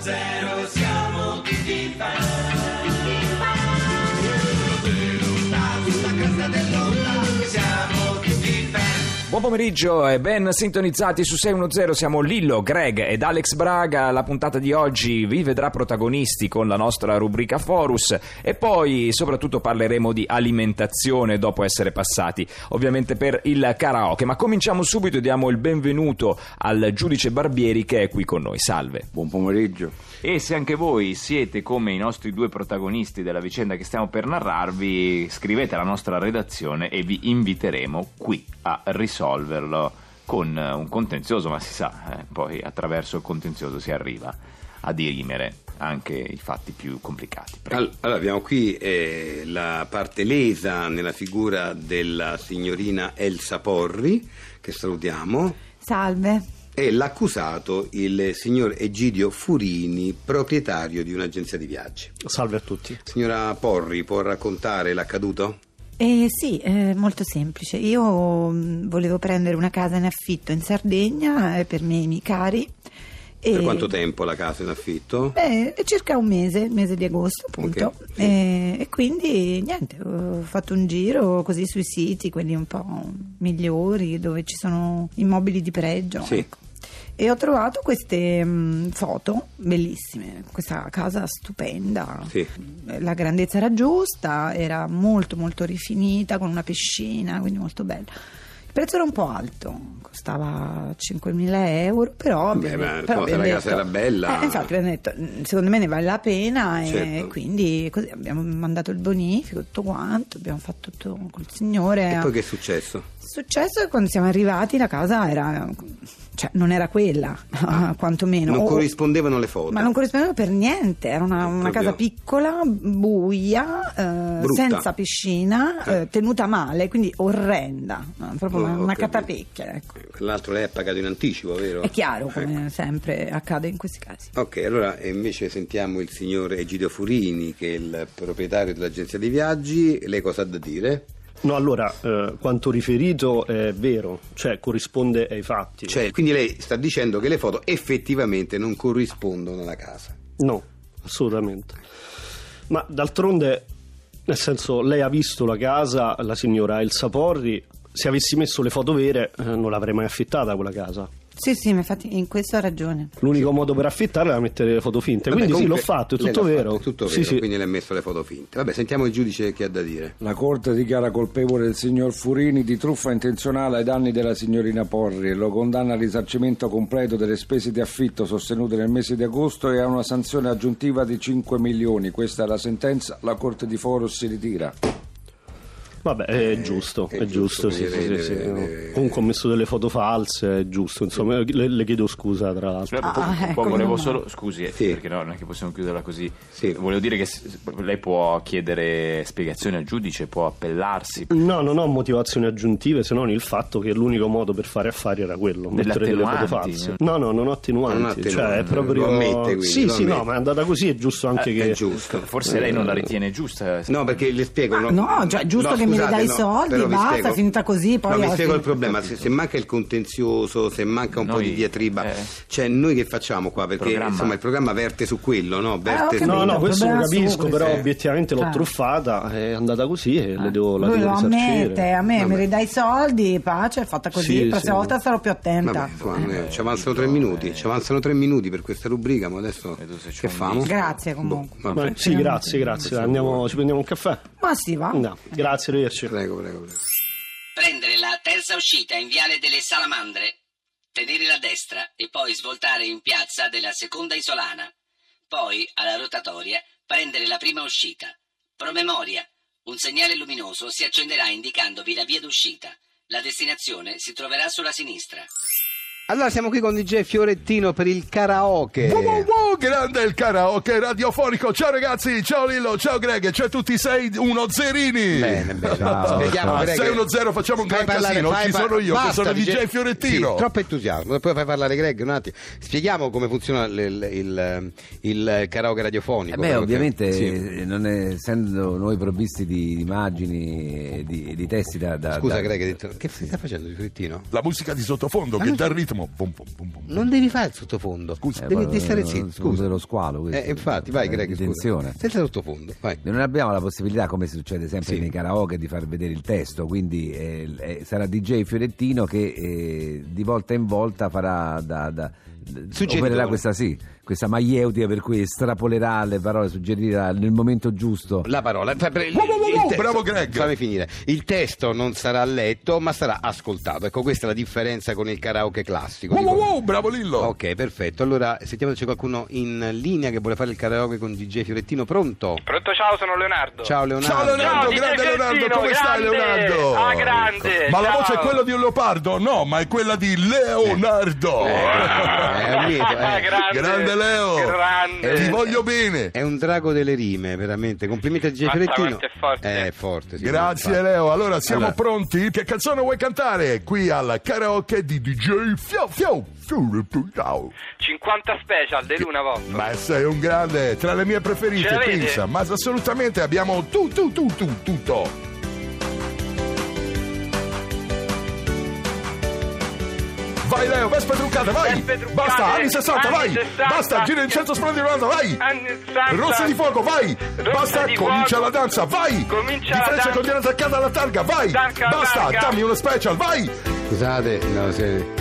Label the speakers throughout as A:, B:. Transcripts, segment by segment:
A: zero siamo tutti fan. Lontano, sulla cresta dell'onda, siamo tutti fan.
B: Buon pomeriggio e ben sintonizzati su 610 siamo Lillo, Greg ed Alex Braga. La puntata di oggi vi vedrà protagonisti con la nostra rubrica Forus e poi soprattutto parleremo di alimentazione dopo essere passati ovviamente per il karaoke. Ma cominciamo subito e diamo il benvenuto al giudice Barbieri che è qui con noi. Salve.
C: Buon pomeriggio.
B: E se anche voi siete come i nostri due protagonisti della vicenda che stiamo per narrarvi, scrivete alla nostra redazione e vi inviteremo qui a risolverlo con eh, un contenzioso, ma si sa, eh, poi attraverso il contenzioso si arriva a dirimere anche i fatti più complicati. Prego.
C: Al- allora, abbiamo qui eh, la parte lesa nella figura della signorina Elsa Porri, che salutiamo,
D: Salve.
C: e l'accusato, il signor Egidio Furini, proprietario di un'agenzia di viaggi.
E: Salve a tutti.
C: Signora Porri, può raccontare l'accaduto?
D: Eh, sì, eh, molto semplice. Io mh, volevo prendere una casa in affitto in Sardegna eh, per me e i miei cari. E-
C: Per quanto tempo la casa in affitto?
D: Eh. Beh, circa un mese, il mese di agosto appunto.
C: Ok, sì.
D: Eh, e quindi niente, ho fatto un giro così sui siti, quelli un po' migliori, dove ci sono immobili di pregio.
C: Sì.
D: ecco. E ho trovato queste mh, foto bellissime, questa casa stupenda.
C: Sì.
D: La grandezza era giusta, era molto molto rifinita, con una piscina, quindi molto bella. Il prezzo era un po' alto, costava 5.000 euro, però...
C: Beh,
D: abbiamo-
C: ma
D: però
C: cosa,
D: abbiamo
C: la casa
D: detto-
C: era bella.
D: Eh, infatti abbiamo detto, "Mm, secondo me ne vale la pena
C: Certo.
D: e quindi così abbiamo mandato il bonifico, tutto quanto, abbiamo fatto tutto col signore.
C: E poi che è successo?
D: Il successo è che quando siamo arrivati la casa era, cioè, non era quella, quantomeno.
C: non
D: O-
C: corrispondevano le foto.
D: eh, ma non corrispondeva per niente, era una, una
C: Proprio.
D: casa piccola, buia, eh,
C: Brutta.
D: senza piscina, eh, tenuta male, quindi orrenda, eh, proprio
C: Oh,
D: una,
C: ho
D: una
C: capito.
D: catapecchia. Ecco.
C: Eh, L'altro lei ha pagato in anticipo, vero?
D: È chiaro,
C: Ecco.
D: come sempre accade in questi casi.
C: Ok, allora e invece sentiamo il signor Egidio Furini, che è il proprietario dell'agenzia di viaggi. Lei cosa ha da dire?
E: No, allora, eh, quanto riferito è vero, cioè corrisponde ai fatti.
C: Cioè, quindi lei sta dicendo che le foto effettivamente non corrispondono alla casa.
E: No, assolutamente. Ma d'altronde, nel senso, lei ha visto la casa, la signora Elsa Porri, se avessi messo le foto vere eh, non l'avrei mai affittata quella casa.
D: Sì, sì, ma infatti in questo ha ragione.
E: L'unico modo per affittarla era mettere le foto finte,
C: Vabbè,
E: quindi sì, l'ho
C: comunque,
E: fatto, è
C: lei
E: tutto
C: l'ha
E: vero.
C: fatto, è tutto
E: Sì,
C: vero,
E: sì.
C: quindi le ha messo le foto finte. Vabbè, sentiamo il giudice che ha da dire.
F: La Corte dichiara colpevole il signor Furini di truffa intenzionale ai danni della signorina Porri e lo condanna al risarcimento completo delle spese di affitto sostenute nel mese di agosto e a una sanzione aggiuntiva di 5 milioni. Questa è la sentenza, la Corte di Foros si ritira.
E: Vabbè, è giusto,
C: è
E: è,
C: giusto,
E: giusto, sì,
C: quindi
E: sì,
C: deve-
E: sì, sì.
C: deve-
E: Comunque ho messo delle foto false, è giusto, insomma, le, le chiedo scusa tra l'altro.
G: Però
D: Ah,
G: poi- poi
D: ecco,
G: volevo
D: meno
G: solo scusi, eh,
C: Sì.
G: perché no, non è che possiamo chiuderla così.
C: Sì.
G: Volevo dire che s- lei può chiedere spiegazioni al giudice, può appellarsi.
E: No, non ho motivazioni aggiuntive se non il fatto che l'unico modo per fare affari era quello,
G: Delle
E: mettere delle foto
G: attenuanti,
E: false.
G: eh.
E: No, no, non ho
C: Non ho
E: attenuanti,
C: attenuanti, eh.
E: cioè è proprio
C: lo ammette, quindi,
E: Sì,
C: lo
E: sì,
C: ammette.
E: no, ma è andata così è giusto anche
C: Eh,
E: che
C: è giusto.
G: Forse lei non la ritiene giusta. eh,
C: No, perché le spiego.
D: Ah, no, cioè, giusto che mi dai i soldi,
C: però vi
D: basta,
C: spiego.
D: finita così, poi
C: No, vi
D: alla
C: spiego il
D: fine-
C: problema. Se, se manca il contenzioso, se manca un po'
G: Noi-
C: di diatriba,
G: eh.
C: cioè noi che facciamo qua? Perché
G: Programma.
C: insomma il programma verte su quello, no? Verte
D: Eh, ho
C: su-
D: capito.
E: No, no, questo lo
D: problema
E: capisco,
D: suo,
E: però
D: questo.
E: obiettivamente l'ho
D: Ah.
E: truffata, è andata così e le devo, la
D: Lui
E: devo
D: lo ammette,
E: risarcire.
D: a me mi ridai i soldi, pace, è fatta così,
E: Sì,
D: la prossima
E: sì.
D: volta sarò più attenta.
C: Vabbè, insomma, eh, ci avanzano tre minuti, ci avanzano tre minuti per questa rubrica, ma adesso
G: Vedo se c'è
C: che
G: un
C: famo?
D: Grazie comunque.
C: Boh, vabbè.
E: Ma- sì, grazie, grazie, andiamo, ci prendiamo un caffè.
D: Ma si va.
E: No, grazie, arrivederci.
C: Prego, prego, prego.
H: Prendere la terza uscita in viale delle Salamandre, tenere la destra e poi svoltare in piazza della seconda isolana. Poi, alla rotatoria, prendere la prima uscita. Promemoria. Un segnale luminoso si accenderà indicandovi la via d'uscita. La destinazione si troverà sulla sinistra.
C: Allora siamo qui con DJ Fiorettino per il karaoke.
I: Wow, wow, wow, grande il karaoke radiofonico. Ciao ragazzi, ciao Lillo, ciao Greg, c'è tutti i 610 zerini.
C: Bene, bene. Spieghiamo,
I: Ah,
C: Greg,
I: 610 facciamo un
C: fai
I: gran casino,
C: fai
I: ci
C: par-
I: sono io, che
C: basta,
I: sono DJ Fiorentino.
C: Sì, troppo entusiasmo, poi fai parlare Greg un attimo. Spieghiamo come funziona l- il, il- il karaoke radiofonico.
J: Eh beh,
C: Perché-
J: ovviamente,
C: sì.
J: eh, non è- essendo noi provvisti di immagini e di, e di testi da... da-
C: Scusa
J: da-
B: Mm.
C: Greg, hai detto- che sta facendo di Fiorentino?
I: La musica di sottofondo che dà il ritmo
K: mo, pom, pom, pom, pom.
C: Non devi fare il sottofondo.
K: Scusa.
C: devi,
K: Eh,
C: devi stare
K: no,
C: zitto.
K: no,
C: Scusa.
J: dello squalo questo.
C: Eh, infatti, vai,
J: Eh,
C: Greg. scusa.
J: attenzione.
C: Senza sottofondo. Vai.
J: Non abbiamo la possibilità, come succede sempre
C: Sì.
J: nei karaoke, di far vedere il testo, quindi eh, l- eh, sarà DJ Fiorentino che eh, di volta in volta farà da, da-
C: Suggeritore.
J: opererà questa sì, questa maieutica per cui estrapolerà le parole, suggerirà nel momento giusto.
C: La parola. Fa- per-
I: Wow, wow, wow,
C: il
I: wow,
C: testo-
I: bravo Greg.
C: Fammi finire. Il testo non sarà letto, ma sarà ascoltato. Ecco, questa è la differenza con il karaoke classico.
I: Wow,
C: Dico-
I: wow, wow, bravo Lillo.
C: Ok, perfetto. Allora, sentiamo se c'è qualcuno in linea che vuole fare il karaoke con DJ Fiorettino. Pronto?
L: Pronto, ciao, sono Leonardo.
C: Ciao Leonardo.
I: Ciao Leonardo,
L: Ciao,
I: grande
L: DJ
I: Leonardo,
L: Fiorentino,
I: come stai
L: grande.
I: Leonardo?
L: Ah, grande,
I: Ma la
L: ciao.
I: voce è quella di un leopardo? No, ma è quella di Leonardo.
C: È un mito, eh.
L: grande,
I: Grande Leo. Eh.
L: grande.
I: Ti voglio bene.
C: È un drago delle rime, veramente. Complimenti a DJ
L: Mazza,
C: Fiorettino. Eh,
L: quanto è forte.
C: È forte, sì,
I: Grazie
C: infatti.
I: Leo, allora siamo
C: Allora,
I: pronti? Che canzone vuoi cantare? Qui al karaoke di DJ Fio Fio Fio
L: 50 special di Luna Vostra.
I: Ma sei un grande, tra le mie
L: Ce
I: preferite,
L: l'avete?
I: pensa, ma assolutamente abbiamo tu tu tu tu tutto Vai Leo, Vespa truccata, vai!
L: Vespe truccate,
I: Basta, anni 60,
L: anni
I: vai!
L: 60.
I: Basta, gira in centro, splendere in volta, vai!
L: Anni 60.
I: Rossa di fuoco, vai!
L: Rossa
I: Basta,
L: di
I: comincia
L: fuoco.
I: la danza, vai!
L: Comincia
I: di
L: la
I: freccia
L: danza.
I: con diana attaccata alla targa, vai!
L: Tanca,
I: Basta,
L: targa.
I: dammi uno special, vai!
C: Scusate, no, se...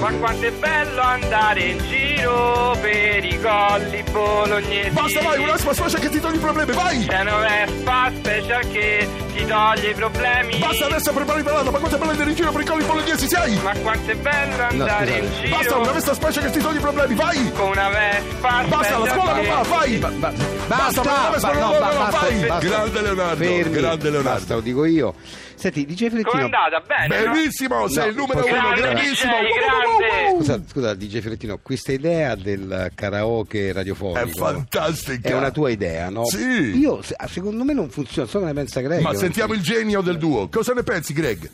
L: Ma quanto è bello andare in giro per i colli bolognesi. Cioè,
I: Basta, vai, una Vespa special che ti toglie i problemi, vai!
L: C'è una Vespa special che ti toglie i problemi.
I: Basta adesso prepari la lata, ma quanto è bello andare in giro per i colli bolognesi sei!
L: Ma quanto è bello andare in giro
I: Basta, una Vespa special che ti toglie i problemi, vai!
L: con una Vespa
I: Basta, la
L: special
I: scuola non
L: che-
I: va, vai!
C: Ba- ba-
I: Basta, ma come
C: ba-
I: sono
C: no,
I: loro,
C: ba-
I: no,
C: basta,
I: vai!
C: basta.
I: Grande Leonardo,
C: Fermi.
I: grande Leonardo.
C: Basta, lo dico io. Senti,
L: Com'è
C: DJ Fiorettino...
L: andata? Bene? Eh, no?
I: Bellissimo, sei il numero
C: posso-
I: uno,
L: Grande,
I: grandissimo!
L: DJ,
I: Wow, wow, wow, wow.
C: Scusa, scusa, DJ Fiorettino, questa idea del karaoke radiofonico...
I: È fantastica!
C: È una tua idea, no?
I: Sì.
C: Io, se- secondo me non funziona, so come ne pensa Greg.
I: Ma sentiamo il genio del duo, cosa ne pensi Greg?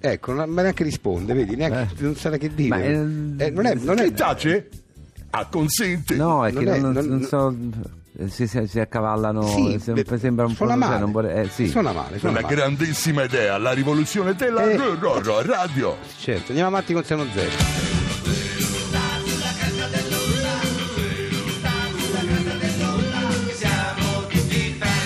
C: Ecco, non, ma neanche risponde, vedi, neanche, non sa che dire.
J: Ma, eh,
C: Eh, non è... Non è
I: Chi tace?
M: Ah,
I: Acconsente!
J: No, è
C: Non
J: che
C: è-
J: non,
C: non-
J: non so. eh, Si, si- si accavallano.
C: Sì,
J: eh, se-
C: beh,
J: sembra un po'.
C: suona
J: cioè,
C: male.
J: non vorrei- eh, sì.
C: Suona male, suona
I: Una
C: male.
I: grandissima idea, la rivoluzione della
C: Eh.
I: ro- ro- ro- radio!
C: Certo, andiamo avanti con Siano Zero.
J: Eh,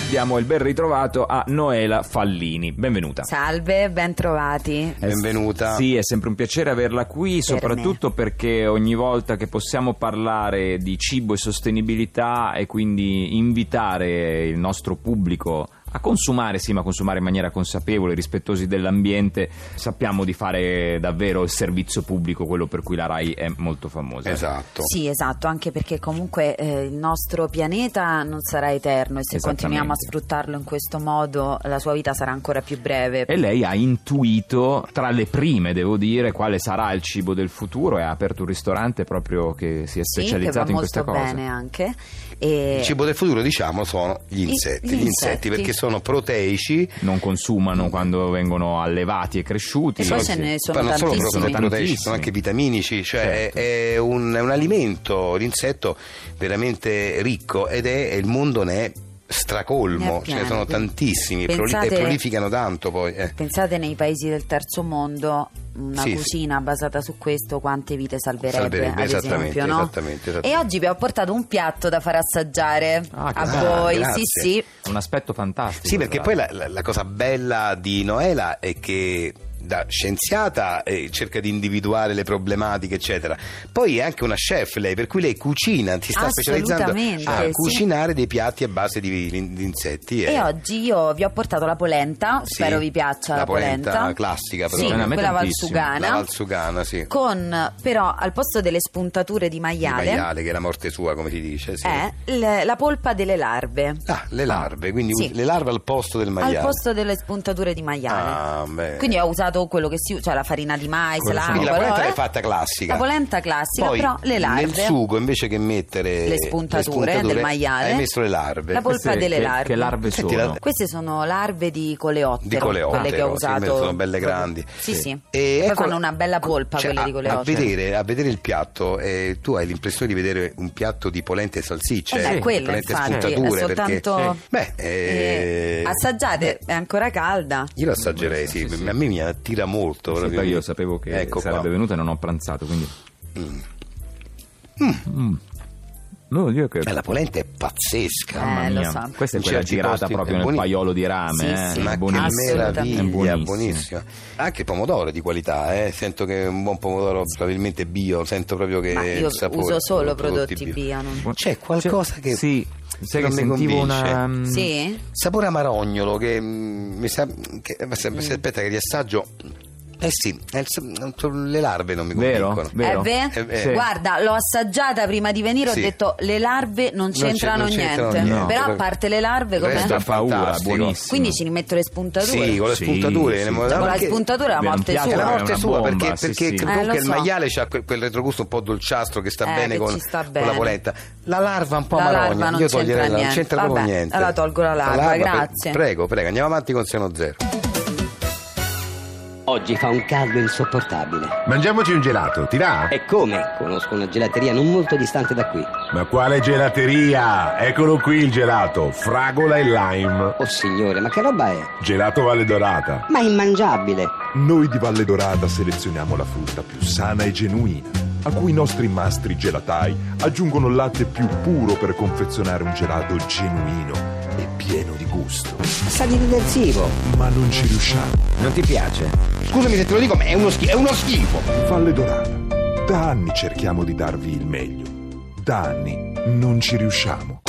B: Diamo il ben ritrovato a Noela Fallini. Benvenuta.
N: Salve, bentrovati.
C: Benvenuta.
B: Sì, è sempre un piacere averla qui, soprattutto perché ogni volta che possiamo parlare di cibo e sostenibilità e quindi invitare il nostro pubblico a consumare, sì, ma consumare in maniera consapevole, rispettosi dell'ambiente, sappiamo di fare davvero il servizio pubblico, quello per cui la RAI è molto famosa.
C: Esatto.
N: Sì, esatto, anche perché comunque eh, il nostro pianeta non sarà eterno e se
B: Esattamente.
N: continuiamo a sfruttarlo in questo modo la sua vita sarà ancora più breve.
B: E lei ha intuito, tra le prime devo dire, quale sarà il cibo del futuro e ha aperto un ristorante proprio che si è
N: Sì, che va
B: specializzato in questa
N: molto
B: cosa.
N: bene anche. E-
C: Il cibo del futuro, diciamo, sono gli insetti. Gli,
N: gli
C: insetti
N: insetti.
C: perché sono proteici.
B: non consumano quando vengono allevati e cresciuti.
N: E poi se ne sono
C: ma non solo
N: tantissimi.
C: sono proteici,
B: Tantissimi.
C: sono anche vitaminici, cioè
B: Certo.
C: è, è un, è un alimento, l'insetto veramente ricco ed è il mondo ne è
N: Ne
C: stracolmo,
N: è
C: ce ne
N: pieno,
C: sono
N: quindi
C: tantissimi proli- e
N: pensate-
C: prolificano tanto poi. eh.
N: Pensate nei paesi del terzo mondo, una
C: Sì, sì.
N: cucina basata su questo, quante vite salverebbe,
C: Salverebbe,
N: ad
C: esattamente,
N: esempio, no?
C: esattamente, esattamente.
N: E oggi vi ho portato un piatto da far assaggiare
B: Ah, che
N: a
B: bello.
N: voi,
C: Grazie.
N: sì sì.
B: Un aspetto fantastico.
C: Sì, perché
B: tra
C: poi la, la- la cosa bella di Noela è che da scienziata eh, cerca di individuare le problematiche eccetera poi è anche una chef lei per cui lei cucina ti sta specializzando
N: Assolutamente,
C: a
N: sì.
C: cucinare dei piatti a base di, di insetti eh.
N: E oggi io vi ho portato la polenta,
C: Sì,
N: spero vi piaccia
C: la
N: la, polenta.
C: polenta classica, però.
N: Sì,
C: Cioè, a me
N: quella
B: tantissimo.
C: la
N: valsugana.
C: valsugana sì
N: Con però eh, al posto delle spuntature di
C: il
N: maiale,
C: maiale che è la morte sua come si dice sì.
N: è l- la polpa delle larve.
C: ah, le larve quindi
N: Sì.
C: le larve al posto del maiale
N: Al posto delle spuntature di maiale.
C: Ah, beh.
N: Quindi ho usato usato quello che si usa, cioè la farina di mais,
C: Quella-
N: l'acqua.
C: Quindi la polenta l'hai
N: allora-
C: fatta classica.
N: eh? La polenta classica,
C: Poi,
N: però le larve.
C: Nel sugo invece che mettere
N: Le spuntature del maiale.
C: hai messo le larve.
N: La polpa Sì, delle che- larve. che larve
C: Senti, la-
N: Queste sono larve di coleottero,
C: di coleottero,
N: quelle che ho
C: sì,
N: usato.
C: sono belle grandi.
N: Sì, sì.
C: E
N: Poi
C: ecco-
N: fanno una bella polpa
C: Cioè,
N: quelle
C: a,
N: di
C: a
N: coleottero.
C: vedere, a vedere il piatto, eh, tu hai l'impressione di vedere un piatto di polenta e salsicce,
N: Eh beh,
C: eh,
N: quello,
C: polenta
N: infatti,
C: e spuntature.
N: è soltanto-
C: perché,
N: Sì.
C: beh, eh,
N: Eh, assaggiate, è ancora calda.
C: io lo assaggerei, sì, a me mi attira molto.
G: Sì,
C: proprio.
G: perché io sapevo che
C: Ecco
G: sarebbe
C: qua.
G: venuta e non ho pranzato, quindi... Mm.
C: Eh, la polenta è pazzesca.
N: Eh,
G: Mamma mia. Questa è
C: In
G: quella
C: certi
G: girata
C: posti
G: proprio
C: è
G: nel
C: buoni-
G: paiolo di rame.
C: Sì,
G: eh.
C: sì,
G: È
C: ma che
G: buonissimo.
C: meraviglia,
G: È buonissimo.
C: buonissimo. Anche pomodoro di qualità, eh. sento che è un buon pomodoro probabilmente bio, sento proprio che
N: Ma io
C: eh, il sapore
N: uso solo
C: sono
N: prodotti, bio. non-
C: C'è qualcosa che
G: Cioè, Sì, sai
C: non
G: che
C: mi
G: sentivo
C: convince.
G: una... mm,
N: Sì?
C: Sapore amarognolo che mm, mi sa che eh, se-
N: Mm.
C: se- aspetta che riassaggio. Eh sì, è il sa- le larve non mi
G: Vero,
C: convincono.
G: vero.
N: Eh beh,
C: Eh, eh.
N: guarda, l'ho assaggiata prima di venire, ho
C: Sì.
N: detto le larve non
C: c'è-
N: c'entrano
C: non c'entrano
N: niente.
C: niente,
N: Però a
C: perché-
N: parte le larve,
C: Il resto
N: com'è?
C: è paura, buonissimo.
N: Quindi ci rimetto le spuntature.
C: Sì, con le
G: Sì,
C: spuntature.
G: sì.
C: ne-
G: Con
N: Cioè, con la
C: perché-
N: spuntatura la
G: Beh, non
N: morte
G: piace
C: È
N: sua.
C: la
G: È
C: morte
G: una
C: sua
G: bomba,
C: perché,
G: sì,
C: perché
G: sì.
C: credo
N: Eh, lo
C: che il
N: so.
C: maiale ha quel, quel retrogusto un po' dolciastro che sta
N: Eh,
C: bene
N: che
C: con,
N: ci sta
C: con la
N: bene.
C: polenta. La larva un po'
N: La
C: marogna,
N: larva non
C: io
N: c'entra
C: toglierei la- non
N: niente.
C: c'entra
N: Vabbè,
C: proprio niente.
N: allora tolgo la larva,
C: per-
N: grazie.
C: prego, prego, andiamo avanti con seno zero.
K: Oggi fa un caldo insopportabile.
O: Mangiamoci un gelato, ti va?
K: E come? Conosco una gelateria non molto distante da qui.
O: Ma quale gelateria? Eccolo qui il gelato, fragola e lime.
K: Oh signore, ma che roba è?
O: Gelato Valle Dorata.
K: Ma è immangiabile.
M: Noi di Valle Dorata selezioniamo la frutta più sana e genuina, a cui i nostri mastri gelatai aggiungono il latte più puro per confezionare un gelato genuino e pieno di gusto.
K: Sa di diversivo.
M: Ma non ci riusciamo.
J: Non ti piace?
M: Scusami se te lo dico, ma è uno, è uno schifo. Valle Dorata, da anni cerchiamo di darvi il meglio. Da anni non ci riusciamo.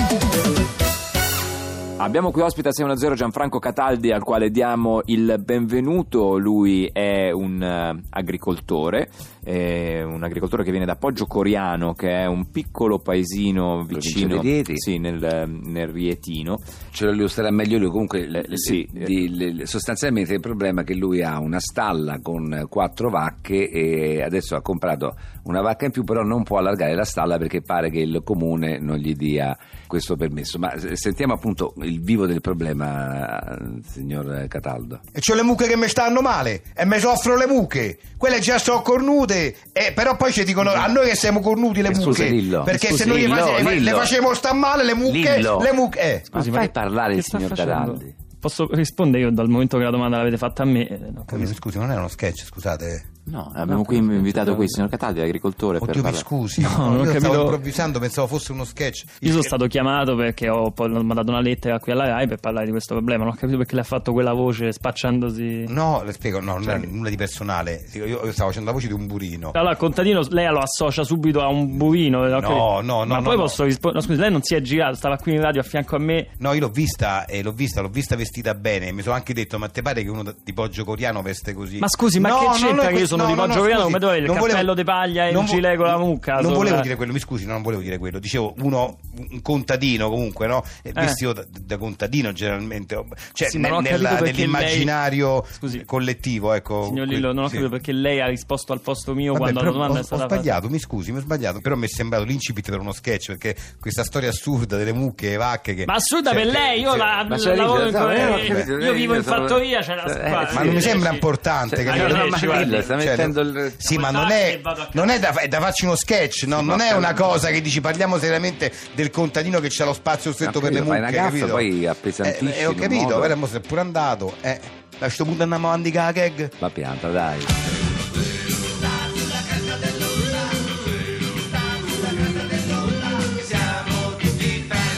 B: Abbiamo qui ospite a 610 Gianfranco Cataldi al quale diamo il benvenuto, lui è un eh, agricoltore, eh, un agricoltore che viene da Poggio Coriano che è un piccolo paesino vicino
J: di Rieti.
B: Sì, nel, nel Rietino.
J: Ce lo illustrerà meglio lui. Comunque, le- le-
B: Sì.
J: di- le- le- sostanzialmente il problema è che lui ha una stalla con eh, quattro vacche e adesso ha comprato una vacca in più, però non può allargare la stalla perché pare che il comune non gli dia questo permesso. Ma eh, sentiamo appunto il vivo del problema, eh, signor Cataldo.
P: E c'ho le mucche che mi stanno male e mi soffrono le mucche. Quelle già sono cornute, e però poi ci dicono a noi che siamo cornuti le mucche.
J: Scusa, Lillo.
P: Perché
J: Scusi,
P: se noi
J: Lillo,
P: le, face- le
J: Lillo.
P: facevamo star male le mucche,
J: Lillo.
P: le mucche. eh.
J: Scusi, ma fai parlare il signor Cataldi.
Q: Posso rispondere io dal momento che la domanda l'avete fatta a me? eh, no.
P: Scusi, non è uno sketch,
M: eh.
P: scusate.
B: No, abbiamo qui invitato qui il signor Cataldi, agricoltore. per
P: Oddio, mi
B: parlare.
P: scusi.
Q: No, non ho
P: io
Q: capito.
P: stavo improvvisando, pensavo fosse uno sketch.
Q: Io sono stato chiamato perché ho poi mi ha mandato una lettera qui alla RAI per parlare di questo problema. Non ho capito perché l'ha fatto quella voce spacciandosi.
P: No, le spiego, no, non
Q: Cioè,
P: è nulla di personale. Io, io stavo facendo la voce di un burino.
Q: Allora, al contadino lei lo associa subito a un burino. No,
P: no,
Q: Ma
P: no,
Q: poi
P: no.
Q: posso rispondere. scusi, lei non si è girato, stava qui in radio a fianco a me.
P: No, io l'ho vista, eh, l'ho vista, l'ho vista vestita bene. Mi sono anche detto, ma te pare che uno da- di Poggio Coriano veste così?
Q: Ma scusi, ma
P: No,
Q: che
P: no,
Q: c'entra
P: no,
Q: che
P: que-
Q: io sono
P: no,
Q: di
P: no,
Q: Poggio
P: no,
Q: Coriano?
P: scusi,
Q: Come doveva il
P: non volevo-
Q: cappello di paglia e il
P: non vo-
Q: gilet con la mucca?
P: Non
Q: sopra?
P: volevo dire quello, mi scusi, no, non volevo dire quello. Dicevo, uno, un contadino comunque, no? Eh,
Q: Eh.
P: Vestito da, da contadino generalmente. Cioè,
Q: Sì,
P: ne-
Q: ma non ho
P: nella-
Q: capito perché
P: nell'immaginario collettivo, ecco.
Q: Signor
P: que-
Q: Lillo, non ho
P: sì.
Q: capito perché lei ha risposto al posto mio
P: Vabbè,
Q: quando la
P: però
Q: domanda
P: ho,
Q: è
P: ho
Q: stata fatta.
P: sbagliato, mi scusi, mi ho sbagliato, però mi è sembrato l'incipit per uno sketch perché questa storia assurda delle mucche e le vacche che
Q: Ma assurda
P: cioè,
Q: per
P: che-
Q: lei, io
P: sì.
Q: la,
P: Ma
Q: la
P: c'è
Q: lavoro
P: Lillo,
Q: in
P: no, eh, ho
Q: fattoria,
P: capito,
Q: io vivo in
P: sono-
Q: fattoria, c'è la
P: Eh,
Q: squadra.
P: ma non mi sembra importante
Q: Cioè,
P: capito?
Q: ma non è
P: Cioè,
Q: Lillo,
J: sta
P: cioè,
J: mettendo il-
P: sì ma non è, non è da, è da farci uno sketch no? non è una cosa che dici parliamo seriamente del contadino che c'ha lo spazio stretto per le
J: Capito, fai
P: mucche
J: una gaffa,
P: capito?
J: poi appesantisci
P: Eh, eh, ho
J: in un
P: capito
J: modo.
P: guarda, mo se è pure andato eh, a questo punto andiamo avanti con la keg
J: La pianta, dai.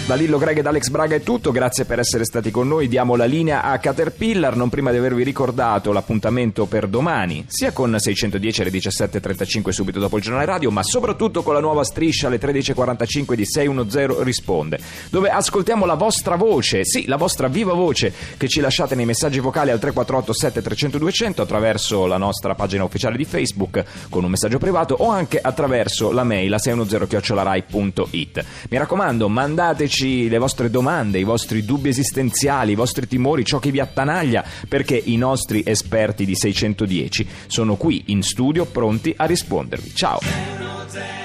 B: Da Lillo Greg ed Alex Braga è tutto, grazie per essere stati con noi, diamo la linea a Caterpillar, non prima di avervi ricordato l'appuntamento per domani, sia con 610 alle 17.35 subito dopo il giornale radio, ma soprattutto con la nuova striscia alle 13.45 di 610 Risponde, dove ascoltiamo la vostra voce, sì, la vostra viva voce che ci lasciate nei messaggi vocali al 348 7300 200 attraverso la nostra pagina ufficiale di Facebook con un messaggio privato o anche attraverso la mail a 610 Mi raccomando, mandateci scriveteci le vostre domande, i vostri dubbi esistenziali, i vostri timori, ciò che vi attanaglia, perché i nostri esperti di 610 sono qui in studio pronti a rispondervi. Ciao!
A: Zero.